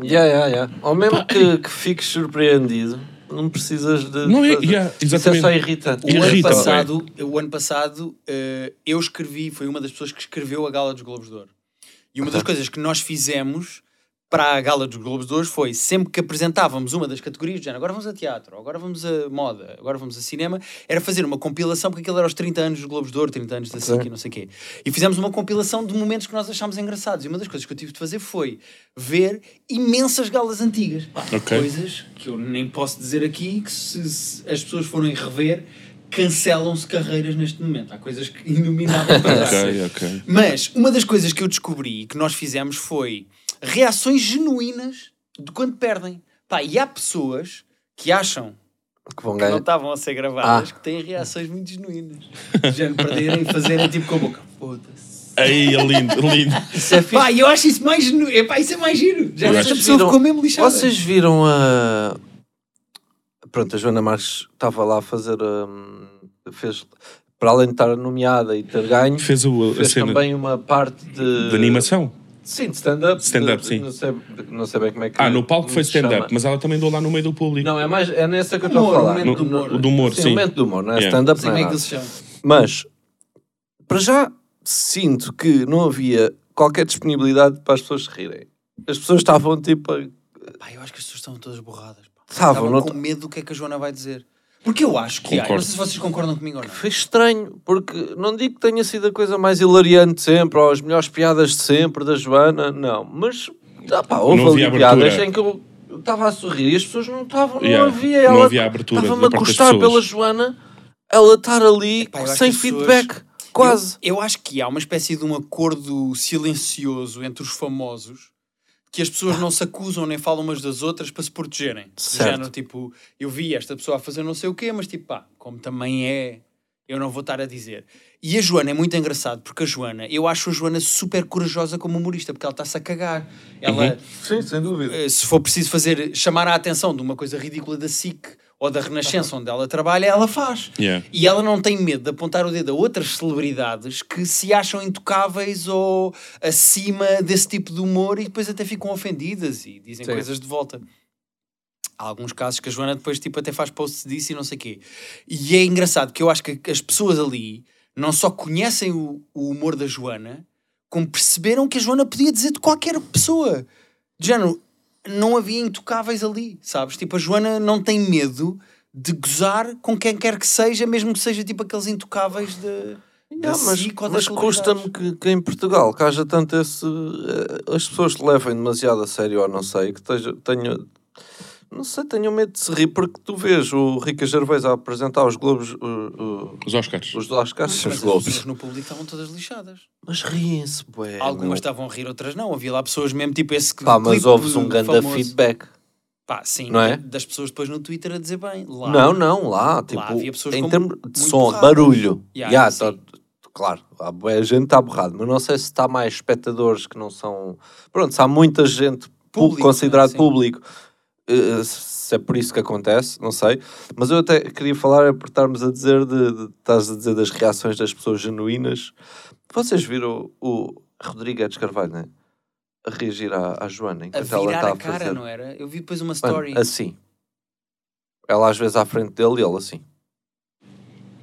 [SPEAKER 2] Yeah, yeah, yeah. Ou mesmo que, que fiques surpreendido, não precisas de.
[SPEAKER 3] Não é-
[SPEAKER 2] fazer.
[SPEAKER 3] yeah,
[SPEAKER 2] Isso é
[SPEAKER 3] exatamente.
[SPEAKER 2] só irritante. é
[SPEAKER 4] O ano
[SPEAKER 3] Irrita-me.
[SPEAKER 4] passado, o ano passado eh, eu escrevi, foi uma das pessoas que escreveu a Gala dos Globos de Ouro. E uma das coisas que nós fizemos para a Gala dos Globos de Ouro foi sempre que apresentávamos uma das categorias, do género, agora vamos a teatro, agora vamos a moda, agora vamos a cinema, era fazer uma compilação, porque aquilo era os 30 anos dos Globos de Ouro, 30 anos da SIC e não sei o quê. E fizemos uma compilação de momentos que nós achámos engraçados. E uma das coisas que eu tive de fazer foi ver imensas galas antigas. Pá,
[SPEAKER 3] Ok.
[SPEAKER 4] Coisas que eu nem posso dizer aqui, que se, se as pessoas forem rever, cancelam-se carreiras neste momento. Há coisas que inomináveis para trás.
[SPEAKER 3] Ok, Ah,
[SPEAKER 2] Ah,
[SPEAKER 3] ok.
[SPEAKER 4] Mas uma das coisas que eu descobri e que nós fizemos foi reações genuínas de quando perdem. Pá, e há pessoas que acham
[SPEAKER 2] Que vão
[SPEAKER 4] que não
[SPEAKER 2] ganhar.
[SPEAKER 4] estavam a ser gravadas
[SPEAKER 2] Ah.
[SPEAKER 4] que têm reações muito genuínas. Já perderem e fazerem tipo com a boca. Foda-se.
[SPEAKER 3] Aí, é lindo, lindo.
[SPEAKER 2] Isso é fixe.
[SPEAKER 4] Pá, eu acho isso mais genuíno. Pá, isso é mais giro. Já
[SPEAKER 3] Eu
[SPEAKER 4] esta
[SPEAKER 3] acho-
[SPEAKER 4] pessoa ficou mesmo lixada.
[SPEAKER 2] Vocês viram a. Pronto, a Joana Marques estava lá a fazer. hum, fez, para além de estar nomeada e ter ganho,
[SPEAKER 3] Fez o- a
[SPEAKER 2] fez
[SPEAKER 3] cena-
[SPEAKER 2] também uma parte de.
[SPEAKER 3] De animação.
[SPEAKER 2] Sim, de stand-up.
[SPEAKER 3] Stand-up,
[SPEAKER 2] de-
[SPEAKER 3] sim.
[SPEAKER 2] Não sei, não sei bem como é que.
[SPEAKER 3] Ah, no palco foi
[SPEAKER 2] se chama.
[SPEAKER 3] stand-up, mas ela também deu lá no meio do público.
[SPEAKER 2] Não, é mais. É nessa que eu estou a
[SPEAKER 4] Humor,
[SPEAKER 2] falar.
[SPEAKER 4] momento
[SPEAKER 2] No-
[SPEAKER 4] do humor.
[SPEAKER 2] no-
[SPEAKER 3] Do humor, sim.
[SPEAKER 2] momento do humor, não é
[SPEAKER 3] Yeah.
[SPEAKER 2] stand-up.
[SPEAKER 4] Não sei
[SPEAKER 2] não é
[SPEAKER 4] como é que
[SPEAKER 2] nada.
[SPEAKER 4] ele se chama.
[SPEAKER 2] Mas, para já, sinto que não havia qualquer disponibilidade para as pessoas se rirem. As pessoas estavam tipo. a-
[SPEAKER 4] Pá, eu acho que as pessoas estavam todas borradas. pá.
[SPEAKER 2] Estavam,
[SPEAKER 4] Estavam
[SPEAKER 2] não
[SPEAKER 4] com
[SPEAKER 2] t-
[SPEAKER 4] medo do que é que a Joana vai dizer. Porque eu acho que.
[SPEAKER 3] Concordo.
[SPEAKER 4] Não sei se vocês concordam comigo ou não.
[SPEAKER 2] Foi estranho, porque não digo que tenha sido a coisa mais hilariante de sempre, ou as melhores piadas de sempre da Joana, não. Mas, ah, pá, houve
[SPEAKER 3] Não havia
[SPEAKER 2] ali piadas
[SPEAKER 3] abertura.
[SPEAKER 2] em que eu eu estava a sorrir e as pessoas não estavam, não
[SPEAKER 3] Yeah,
[SPEAKER 2] havia.
[SPEAKER 3] não
[SPEAKER 2] Ela
[SPEAKER 3] havia abertura da
[SPEAKER 2] Estava-me a
[SPEAKER 3] parte das
[SPEAKER 2] gostar
[SPEAKER 3] pessoas.
[SPEAKER 2] pela Joana, ela estar ali
[SPEAKER 4] Epá, eu acho
[SPEAKER 2] sem
[SPEAKER 4] que as pessoas-
[SPEAKER 2] feedback, quase.
[SPEAKER 4] Eu, eu acho que há uma espécie de um acordo silencioso entre os famosos que as pessoas não se acusam nem falam umas das outras para se protegerem.
[SPEAKER 2] Ah. Certo.
[SPEAKER 4] Já no tipo, eu vi esta pessoa a fazer não sei o quê, mas tipo, pá, como também é, eu não vou estar a dizer. E a Joana é muito engraçado porque a Joana, eu acho a Joana super corajosa como humorista, porque ela está-se a cagar. Ela,
[SPEAKER 2] Uhum. Sim, sem dúvida.
[SPEAKER 4] eh, se for preciso fazer chamar a atenção de uma coisa ridícula da SIC ou da Renascença onde ela trabalha, ela faz.
[SPEAKER 3] Yeah.
[SPEAKER 4] E ela não tem medo de apontar o dedo a outras celebridades que se acham intocáveis ou acima desse tipo de humor e depois até ficam ofendidas e dizem
[SPEAKER 2] Sim.
[SPEAKER 4] coisas de volta. Há alguns casos que a Joana depois tipo, até faz posts disso e não sei o quê. E é engraçado que eu acho que as pessoas ali não só conhecem o, o humor da Joana, como perceberam que a Joana podia dizer de qualquer pessoa. De género, não havia intocáveis ali, sabes? Tipo, a Joana não tem medo de gozar com quem quer que seja, mesmo que seja tipo aqueles intocáveis de. da
[SPEAKER 2] Não, mas
[SPEAKER 4] SIC ou das
[SPEAKER 2] mas custa-me
[SPEAKER 4] celebridades.
[SPEAKER 2] que, que em Portugal que haja tanto esse. eh, As pessoas te levem demasiado a sério, ou não sei, que esteja, tenho. Não sei, tenho medo de se rir, porque tu vês o Rica Gervais a apresentar os Globos. o- o-
[SPEAKER 3] Os Oscars.
[SPEAKER 2] os Oscars,
[SPEAKER 4] Mas
[SPEAKER 2] os
[SPEAKER 4] as pessoas
[SPEAKER 2] Globos.
[SPEAKER 4] no público estavam todas lixadas.
[SPEAKER 2] Mas riem-se, bué.
[SPEAKER 4] Algumas
[SPEAKER 2] meu.
[SPEAKER 4] estavam a rir, outras não. Havia lá pessoas mesmo tipo esse que.
[SPEAKER 2] É, Pá, mas
[SPEAKER 4] clipe
[SPEAKER 2] ouves um grande
[SPEAKER 4] famoso.
[SPEAKER 2] feedback.
[SPEAKER 4] Pá, sim,
[SPEAKER 2] não é?
[SPEAKER 4] das pessoas depois no Twitter a dizer bem. Lá,
[SPEAKER 2] Não, não, lá, tipo,
[SPEAKER 4] havia pessoas
[SPEAKER 2] em
[SPEAKER 4] com-
[SPEAKER 2] termos de
[SPEAKER 4] muito
[SPEAKER 2] som,
[SPEAKER 4] borradas.
[SPEAKER 2] barulho.
[SPEAKER 4] Ya,
[SPEAKER 2] Ya,
[SPEAKER 4] sim.
[SPEAKER 2] tá- claro, há bué gente está borrado, mas não sei se está mais espectadores que não são. Pronto, se há muita gente
[SPEAKER 4] Público,
[SPEAKER 2] público, considerado
[SPEAKER 4] né, sim.
[SPEAKER 2] público, eh, se é por isso que acontece, não sei. Mas eu até queria falar é por estarmos a dizer de, de- estás a dizer das reações das pessoas genuínas. Vocês viram o, o Rodrigues Carvalho, né? A reagir à, à Joana
[SPEAKER 4] A
[SPEAKER 2] enquanto ela
[SPEAKER 4] virar
[SPEAKER 2] está
[SPEAKER 4] a
[SPEAKER 2] a
[SPEAKER 4] cara,
[SPEAKER 2] fazer.
[SPEAKER 4] não é? era? Eu vi depois uma
[SPEAKER 2] Mano,
[SPEAKER 4] story.
[SPEAKER 2] assim. Ela às vezes à frente dele e ele assim.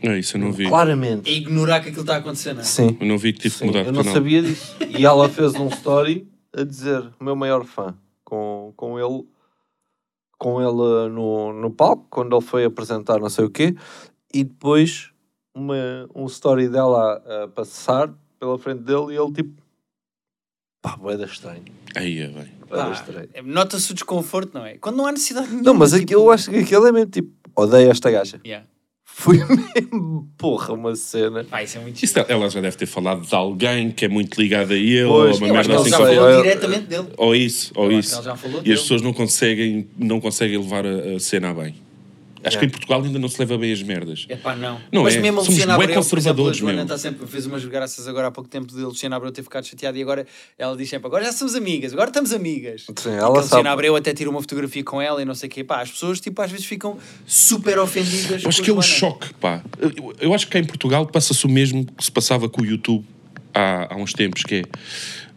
[SPEAKER 3] É isso, eu não vi.
[SPEAKER 4] É
[SPEAKER 2] Claramente.
[SPEAKER 4] ignorar que aquilo está acontecendo.
[SPEAKER 2] Sim.
[SPEAKER 3] Eu não vi que tive que
[SPEAKER 2] Sim,
[SPEAKER 3] mudar
[SPEAKER 2] Eu
[SPEAKER 3] de
[SPEAKER 2] não
[SPEAKER 3] canal.
[SPEAKER 2] sabia disso. E ela fez um story a dizer: o meu maior fã, com, com ele com ele uh, no, no palco, quando ele foi apresentar não sei o quê, e depois uma, um story dela a, a passar pela frente dele e ele tipo. Pá, boeda estranho.
[SPEAKER 3] Aí é bem.
[SPEAKER 2] Boeda
[SPEAKER 4] Pá,
[SPEAKER 2] estranho.
[SPEAKER 4] é- Nota-se o desconforto, não é? Quando não há necessidade nenhuma.
[SPEAKER 2] Não, mas
[SPEAKER 4] tipo-
[SPEAKER 2] aquilo, eu acho que aquilo é mesmo tipo. Odeio esta gaja.
[SPEAKER 4] Yeah.
[SPEAKER 2] Foi mesmo, porra, uma cena.
[SPEAKER 4] Pá, isso é muito
[SPEAKER 3] Isso, ela já deve ter falado de alguém que é muito ligada a ele,
[SPEAKER 2] Pois,
[SPEAKER 3] ou uma
[SPEAKER 4] Eu acho que
[SPEAKER 3] merda
[SPEAKER 4] ele
[SPEAKER 3] assim
[SPEAKER 4] já
[SPEAKER 2] sei,
[SPEAKER 3] qualquer.
[SPEAKER 4] falou
[SPEAKER 2] eu-
[SPEAKER 4] diretamente dele.
[SPEAKER 3] Ou isso, ou
[SPEAKER 4] Eu acho que
[SPEAKER 3] isso.
[SPEAKER 4] ela já falou
[SPEAKER 3] e
[SPEAKER 4] dele.
[SPEAKER 3] as pessoas não conseguem, não conseguem levar a, a cena a bem. Acho que em Portugal ainda não se leva bem as merdas.
[SPEAKER 4] É pá, não.
[SPEAKER 3] Não
[SPEAKER 4] mas
[SPEAKER 3] é.
[SPEAKER 4] mesmo a
[SPEAKER 3] Somos
[SPEAKER 4] Luciana
[SPEAKER 3] bué
[SPEAKER 4] Abreu, por exemplo, a
[SPEAKER 3] conservadores,
[SPEAKER 4] Joana
[SPEAKER 3] meu.
[SPEAKER 4] está sempre, fez umas graças agora há pouco tempo de Luciana Abreu ter ficado chateada e agora ela diz sempre, agora já somos amigas, agora estamos amigas.
[SPEAKER 2] Sim,
[SPEAKER 4] E
[SPEAKER 2] ela
[SPEAKER 4] que a
[SPEAKER 2] sabe.
[SPEAKER 4] Luciana Abreu até tira uma fotografia com ela e não sei o quê. Pá, as pessoas tipo, às vezes ficam super ofendidas.
[SPEAKER 3] Eu acho
[SPEAKER 4] com
[SPEAKER 3] que é um
[SPEAKER 4] Joana.
[SPEAKER 3] choque, pá. Eu, eu acho que cá em Portugal passa-se o mesmo que se passava com o YouTube há, há uns tempos, que é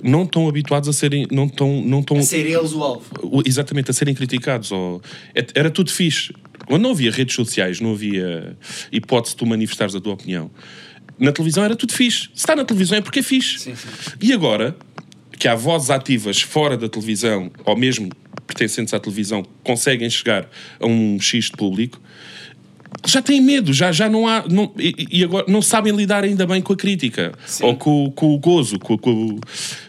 [SPEAKER 3] não estão habituados a serem, não estão, não estão
[SPEAKER 4] A ser eles o alvo.
[SPEAKER 3] o- exatamente a serem criticados. Ou, é- era tudo fixe. Quando não havia redes sociais, não havia hipótese de tu manifestares a tua opinião. Na televisão era tudo fixe. Se está na televisão é porque é fixe.
[SPEAKER 4] Sim, sim.
[SPEAKER 3] E agora que há vozes ativas fora da televisão, ou mesmo pertencentes à televisão, que conseguem chegar a um X de público, já têm medo, já, já não há. Não, e, e agora não sabem lidar ainda bem com a crítica ou com, com o gozo. Com, com o-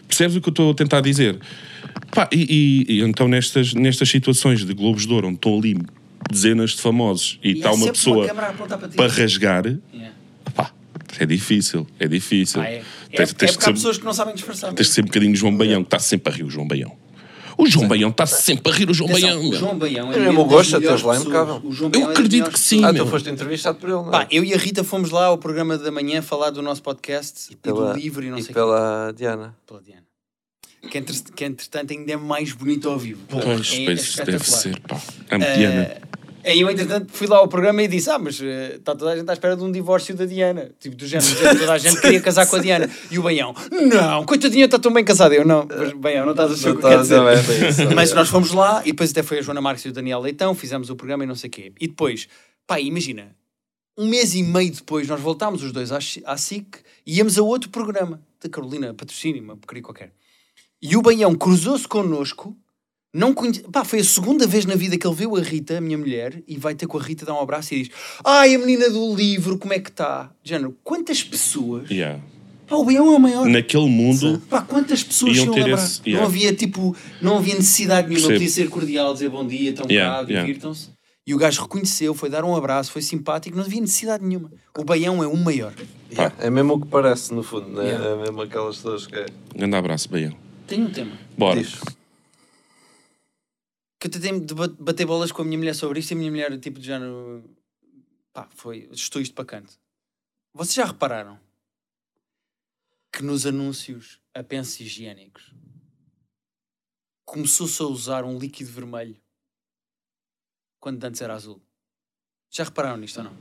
[SPEAKER 3] percebes o que eu estou a tentar dizer? Pá, e, e- e então, nestas, nestas situações de Globos de Ouro, onde estão ali dezenas de famosos e
[SPEAKER 4] E
[SPEAKER 3] está
[SPEAKER 4] há
[SPEAKER 3] uma
[SPEAKER 4] sempre
[SPEAKER 3] pessoa
[SPEAKER 4] câmara a apontar para ti.
[SPEAKER 3] para rasgar,
[SPEAKER 4] Yeah.
[SPEAKER 3] pá, é difícil, é difícil.
[SPEAKER 4] Pá, é. É,
[SPEAKER 3] Tens- tens
[SPEAKER 4] é
[SPEAKER 3] que
[SPEAKER 4] porque há
[SPEAKER 3] ser-
[SPEAKER 4] pessoas que não sabem disfarçar.
[SPEAKER 3] Tens de ser um bocadinho João Baião, que está sempre a rir o João Baião. O João Baião está sempre a rir o João
[SPEAKER 4] Atenção,
[SPEAKER 3] Baião.
[SPEAKER 4] o
[SPEAKER 3] meu.
[SPEAKER 4] João Baião
[SPEAKER 2] Eu
[SPEAKER 4] é
[SPEAKER 2] mesmo
[SPEAKER 4] das
[SPEAKER 2] gosto, até
[SPEAKER 4] melhores
[SPEAKER 2] lá é
[SPEAKER 4] pessoas.
[SPEAKER 2] impecável.
[SPEAKER 4] O João Baião
[SPEAKER 3] Eu
[SPEAKER 4] é das
[SPEAKER 3] acredito
[SPEAKER 4] melhores
[SPEAKER 3] que sim,
[SPEAKER 2] Ah,
[SPEAKER 3] meu.
[SPEAKER 2] tu foste entrevistado por ele, não é?
[SPEAKER 4] Pá, eu e a Rita fomos lá ao programa da manhã falar do nosso podcast e,
[SPEAKER 2] pela,
[SPEAKER 4] do livro e não
[SPEAKER 2] e
[SPEAKER 4] sei o quê.
[SPEAKER 2] pela Diana.
[SPEAKER 4] Pela Diana. Que, entre, que entretanto ainda é mais bonito ao vivo.
[SPEAKER 3] Pois,
[SPEAKER 4] É
[SPEAKER 3] pois, deve
[SPEAKER 4] espetacular.
[SPEAKER 3] ser, pá. A Diana.
[SPEAKER 4] Eh, e eu, entretanto, fui lá ao programa e disse: Ah, mas eh, está toda a gente à espera de um divórcio da Diana. Tipo, do género, toda a gente queria casar com a Diana. E o Baião: Não, coitadinha, está tão bem casada. Eu não, mas, Baião, não estás a ser o que
[SPEAKER 2] tá,
[SPEAKER 4] eu quero dizer.
[SPEAKER 2] é.
[SPEAKER 4] Mas nós fomos lá e depois até foi a Joana Marques e o Daniel Leitão, fizemos o programa e não sei o quê. E depois, pá, imagina, um mês e meio depois nós voltámos os dois à, Chi- à SIC e íamos a outro programa da Carolina Patrocínio, uma porcaria qualquer. E o Baião cruzou-se connosco, não conhe... pá, foi a segunda vez na vida que ele viu a Rita, a minha mulher, e vai ter com a Rita dar um abraço e diz: Ai, a menina do livro, como é que está? Género, quantas pessoas.
[SPEAKER 3] Yeah.
[SPEAKER 4] Pá, o Baião é o maior.
[SPEAKER 3] Naquele mundo,
[SPEAKER 4] Pá, quantas pessoas
[SPEAKER 3] Iam
[SPEAKER 4] iam
[SPEAKER 3] um ter
[SPEAKER 4] lembrar?
[SPEAKER 3] esse- yeah.
[SPEAKER 4] Não havia tipo, não havia necessidade nenhuma,
[SPEAKER 3] Percebo.
[SPEAKER 4] podia ser cordial, dizer bom dia, estão
[SPEAKER 3] Yeah,
[SPEAKER 4] cá,
[SPEAKER 3] yeah.
[SPEAKER 4] divirtam-se. E o gajo reconheceu, foi dar um abraço, foi simpático, não havia necessidade nenhuma. O Baião é o maior.
[SPEAKER 2] Yeah, É mesmo o que parece, no fundo, né?
[SPEAKER 4] Yeah.
[SPEAKER 2] é mesmo aquelas pessoas que. é-
[SPEAKER 3] Um grande abraço, Baião.
[SPEAKER 4] Tenho um tema.
[SPEAKER 3] Bora.
[SPEAKER 2] Diz.
[SPEAKER 4] Que eu tentei de ba- bater bolas com a minha mulher sobre isto e a minha mulher, tipo, já no. Pá, foi. Estou isto para canto. Vocês já repararam que nos anúncios a pensos higiênicos começou-se a usar um líquido vermelho quando antes era azul? Já repararam nisto ou não?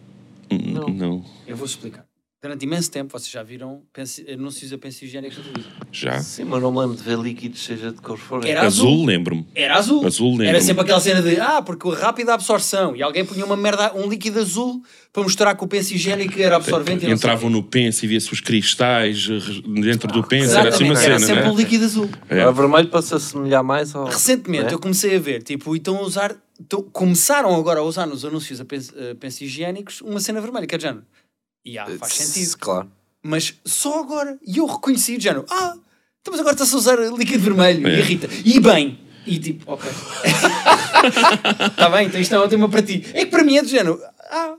[SPEAKER 3] Hum, Não.
[SPEAKER 4] Eu vou explicar. Durante imenso tempo, vocês já viram pensi- anúncios a pensos higiênicos na televisão.
[SPEAKER 3] Já.
[SPEAKER 2] Sim, mas não me lembro de ver líquidos, seja de cor for.
[SPEAKER 4] Era
[SPEAKER 3] Azul,
[SPEAKER 4] azul.
[SPEAKER 3] lembro-me.
[SPEAKER 4] Era azul.
[SPEAKER 3] Azul,
[SPEAKER 4] Era
[SPEAKER 3] lembro-me.
[SPEAKER 4] sempre aquela cena de ah, porque rápida absorção. E alguém punha uma merda, um líquido azul para mostrar que o penso higiênico era absorvente. e não sei o quê.
[SPEAKER 3] Entravam no pence e via-se os cristais eh, dentro do pence. Era assim uma
[SPEAKER 4] Exatamente, era
[SPEAKER 3] cena,
[SPEAKER 4] sempre
[SPEAKER 3] né?
[SPEAKER 4] um líquido azul.
[SPEAKER 3] É.
[SPEAKER 2] A vermelho para se assemelhar mais ao.
[SPEAKER 4] Recentemente
[SPEAKER 2] né?
[SPEAKER 4] eu comecei a ver, tipo, e estão a usar, estão- começaram agora a usar nos anúncios a pensos, a pensos higiênicos uma cena vermelha, que é de género. E ah, faz sentido.
[SPEAKER 2] S- Claro.
[SPEAKER 4] mas só agora. E eu reconheci de género. Ah, então, mas agora está-se a usar líquido vermelho. E
[SPEAKER 3] É.
[SPEAKER 4] irrita. E bem. E tipo, ok. Está bem, então isto é um tema para ti. É que para mim é de género. Ah,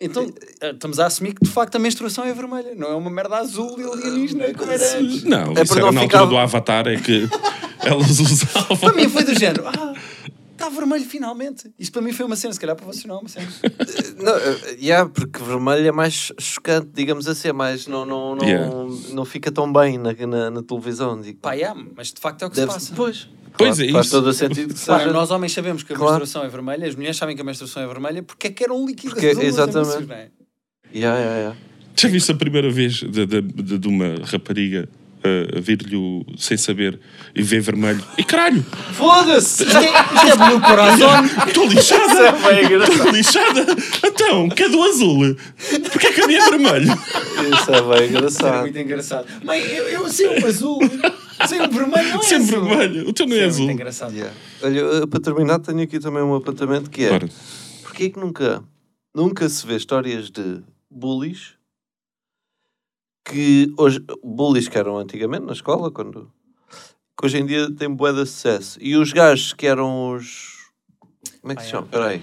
[SPEAKER 4] então eh, estamos a assumir que de facto a menstruação é vermelha. Não é uma merda azul e alienígena como era antes.
[SPEAKER 3] Não,
[SPEAKER 2] É
[SPEAKER 3] isso
[SPEAKER 2] para
[SPEAKER 3] era
[SPEAKER 2] não
[SPEAKER 3] na
[SPEAKER 2] ficar-
[SPEAKER 3] altura do Avatar, é que elas
[SPEAKER 4] Para
[SPEAKER 3] usavam.
[SPEAKER 4] mim foi do género. Ah, está vermelho finalmente. Isto para mim foi uma cena. Se calhar para vocês não é uma cena.
[SPEAKER 2] Não, eh, yeah, porque vermelho é mais chocante, digamos assim, é mais. Não, não, não,
[SPEAKER 3] Yeah.
[SPEAKER 2] não fica tão bem na, na, na televisão. Digo,
[SPEAKER 4] Pá, yeah, mas de facto é o que
[SPEAKER 2] deve-
[SPEAKER 4] se passa.
[SPEAKER 2] Pois.
[SPEAKER 3] Pois
[SPEAKER 2] Claro,
[SPEAKER 3] é,
[SPEAKER 2] Faz
[SPEAKER 3] isso.
[SPEAKER 2] todo o sentido que
[SPEAKER 4] Claro,
[SPEAKER 2] seja.
[SPEAKER 4] nós homens sabemos que a
[SPEAKER 2] Claro.
[SPEAKER 4] menstruação é vermelha, as mulheres sabem que a menstruação é vermelha porque é que era um líquido
[SPEAKER 2] Porque-
[SPEAKER 4] azul nos
[SPEAKER 2] exatamente.
[SPEAKER 4] anúncios, não é?
[SPEAKER 2] Yeah, yeah, yeah.
[SPEAKER 3] Já viste a primeira vez de, de- de- de uma rapariga uh, vir-lhe o- sem saber e ver vermelho? E caralho,
[SPEAKER 4] Foda-se! Isto é, isto é meu coração!
[SPEAKER 3] estou lixada!
[SPEAKER 2] é
[SPEAKER 3] Estou lixada! Então, que é do azul? Porquê é que a minha é vermelho?
[SPEAKER 2] Isso é bem
[SPEAKER 4] Era
[SPEAKER 2] engraçado.
[SPEAKER 4] muito engraçado. Mas eu, eu sei o azul, sei o vermelho, não é
[SPEAKER 3] Sempre
[SPEAKER 4] azul.
[SPEAKER 3] vermelho, o teu não é
[SPEAKER 4] Isso
[SPEAKER 3] azul.
[SPEAKER 4] Muito engraçado.
[SPEAKER 2] Yeah. Olha, eh, para terminar, tenho aqui também um apontamento que é.
[SPEAKER 3] Claro.
[SPEAKER 2] Porquê é que nunca, nunca se vê histórias de bullies que hoje, bullies que eram antigamente na escola, quando, que hoje em dia têm bué de sucesso. E os gajos que eram os, como é que
[SPEAKER 4] Ah,
[SPEAKER 2] se
[SPEAKER 4] é.
[SPEAKER 2] chama? Peraí.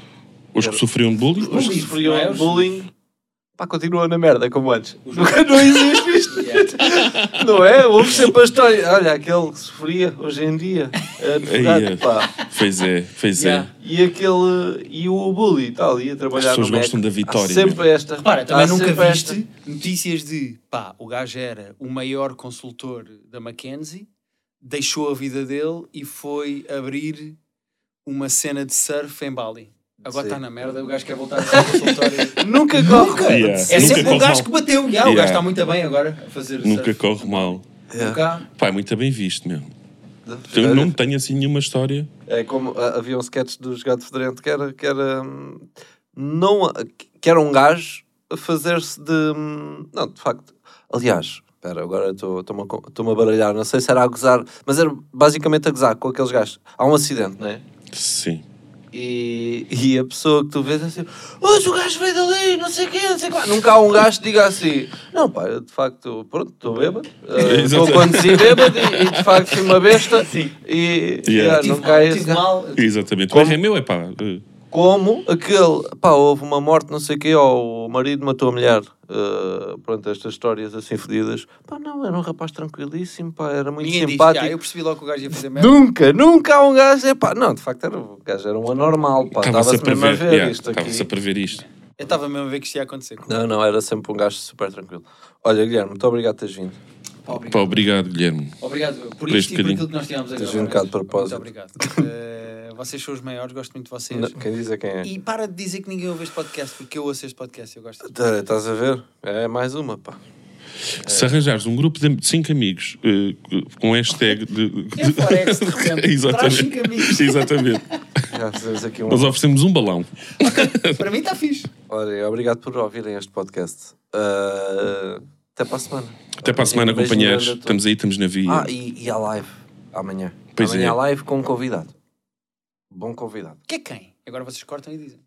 [SPEAKER 3] Os que sofriam de bullying?
[SPEAKER 2] Os que
[SPEAKER 4] Bullies,
[SPEAKER 2] sofriam
[SPEAKER 4] não é? Os-
[SPEAKER 2] bullying, pá, continuam na merda, como antes. Nunca não existe isto. Não é? Houve sempre a história. Olha, aquele que sofria hoje em dia, é advogado,
[SPEAKER 3] Aí,
[SPEAKER 2] pá.
[SPEAKER 3] Pois é, pois
[SPEAKER 4] Yeah.
[SPEAKER 3] é.
[SPEAKER 2] E aquele. E o bully e tal, ia trabalhar
[SPEAKER 3] As pessoas
[SPEAKER 2] no Mac.
[SPEAKER 3] gostam da vitória, né?
[SPEAKER 2] Há sempre esta.
[SPEAKER 4] Repara, também
[SPEAKER 2] há
[SPEAKER 4] nunca
[SPEAKER 2] Tá sempre
[SPEAKER 4] viste notícias de pá, o gajo era o maior consultor da Mackenzie, deixou a vida dele e foi abrir uma cena de surf em Bali. Agora
[SPEAKER 2] Sim.
[SPEAKER 4] está na merda, o gajo quer voltar a ser consultório.
[SPEAKER 2] esta- Nunca corre.
[SPEAKER 3] Yeah.
[SPEAKER 4] É
[SPEAKER 3] Nunca
[SPEAKER 4] sempre um
[SPEAKER 3] corre
[SPEAKER 4] gajo
[SPEAKER 3] mal.
[SPEAKER 4] que bateu. Yeah, O
[SPEAKER 3] Yeah.
[SPEAKER 4] gajo está muito bem agora a fazer
[SPEAKER 3] Nunca
[SPEAKER 4] surf.
[SPEAKER 3] corre mal.
[SPEAKER 2] um
[SPEAKER 4] Nunca.
[SPEAKER 3] Pá, é muito bem visto mesmo. Eu não tenho assim nenhuma história.
[SPEAKER 2] É como ah, havia um sketch do jogado federente que era. Que era, hum, não, que era um gajo a fazer-se de. hum, Não, de facto. Aliás, espera, agora estou- estou-me a co- estou-me a baralhar. Não sei se era a gozar, mas era basicamente a gozar com aqueles gajos. Há um acidente, não é?
[SPEAKER 3] Sim.
[SPEAKER 2] E, e a pessoa que tu vês é assim, hoje o gajo veio dali, não sei quem, não sei qual. Nunca há um gajo que diga assim, não pá, eu de facto, pronto, estou bêbado, eh, estou
[SPEAKER 3] Exato.
[SPEAKER 2] a conduzir bêbado e, e de facto fui uma besta. E, e,
[SPEAKER 3] Yeah.
[SPEAKER 2] ah,
[SPEAKER 4] Tive
[SPEAKER 2] nunca há
[SPEAKER 4] mal,
[SPEAKER 2] esse
[SPEAKER 4] tive
[SPEAKER 2] gajo.
[SPEAKER 4] mal.
[SPEAKER 3] Exatamente.
[SPEAKER 2] Como-
[SPEAKER 3] Mas é meu, é pá. eh,
[SPEAKER 2] Como aquele, pá, houve uma morte, não sei o quê, ou o marido matou a mulher. eh, pronto, estas histórias assim fodidas. Pá, não, era um rapaz tranquilíssimo, pá, era muito
[SPEAKER 4] Ninguém diz,
[SPEAKER 2] simpático.
[SPEAKER 4] "Ah, eu percebi logo que o gajo ia fazer merda.
[SPEAKER 2] Nunca, nunca há um gajo, é pá, não, de facto era, o gajo era um anormal, pá, estava-se
[SPEAKER 3] Estava-se a
[SPEAKER 2] mesmo a
[SPEAKER 3] prever.
[SPEAKER 2] ver
[SPEAKER 3] yeah,
[SPEAKER 2] isto aqui.
[SPEAKER 3] Estava-se a prever isto.
[SPEAKER 4] Eu estava mesmo a ver que isto ia acontecer.
[SPEAKER 2] Não, não, era sempre um gajo super tranquilo. Olha, Guilherme, muito obrigado por teres vindo.
[SPEAKER 3] Pá,
[SPEAKER 4] Obrigado.
[SPEAKER 3] obrigado, Guilherme.
[SPEAKER 4] Obrigado por
[SPEAKER 3] Por
[SPEAKER 4] isto
[SPEAKER 3] este
[SPEAKER 4] e por
[SPEAKER 3] bocadinho.
[SPEAKER 4] aquilo que nós tivemos agora.
[SPEAKER 2] vindo um bocado de propósito.
[SPEAKER 4] Muito obrigado. Eh, vocês são os maiores, gosto muito de vocês.
[SPEAKER 2] Não, Quem diz é quem é.
[SPEAKER 4] E para de dizer que ninguém ouve este podcast, porque eu ouço este podcast e eu gosto.
[SPEAKER 2] Tá, Estás a ver? É mais uma, pá. É.
[SPEAKER 3] Se arranjares um grupo de cinco amigos eh, com hashtag de.
[SPEAKER 4] É Forex, de repente. Traz cinco amigos.
[SPEAKER 3] Exatamente. Exatamente.
[SPEAKER 2] Já fizemos aqui um.
[SPEAKER 3] Nós oferecemos um balão.
[SPEAKER 4] Para mim está fixe.
[SPEAKER 2] Olha, obrigado por ouvirem este podcast. Ah, até para a semana.
[SPEAKER 3] Até para a semana,
[SPEAKER 2] Beijinho
[SPEAKER 3] companheiros.
[SPEAKER 2] grande a
[SPEAKER 3] Estamos aí, estamos na via.
[SPEAKER 2] todos. Ah, e, e a live amanhã.
[SPEAKER 3] Pois
[SPEAKER 2] amanhã
[SPEAKER 3] é.
[SPEAKER 2] a live com um convidado. Bom convidado.
[SPEAKER 4] Que é quem? Agora vocês cortam e dizem.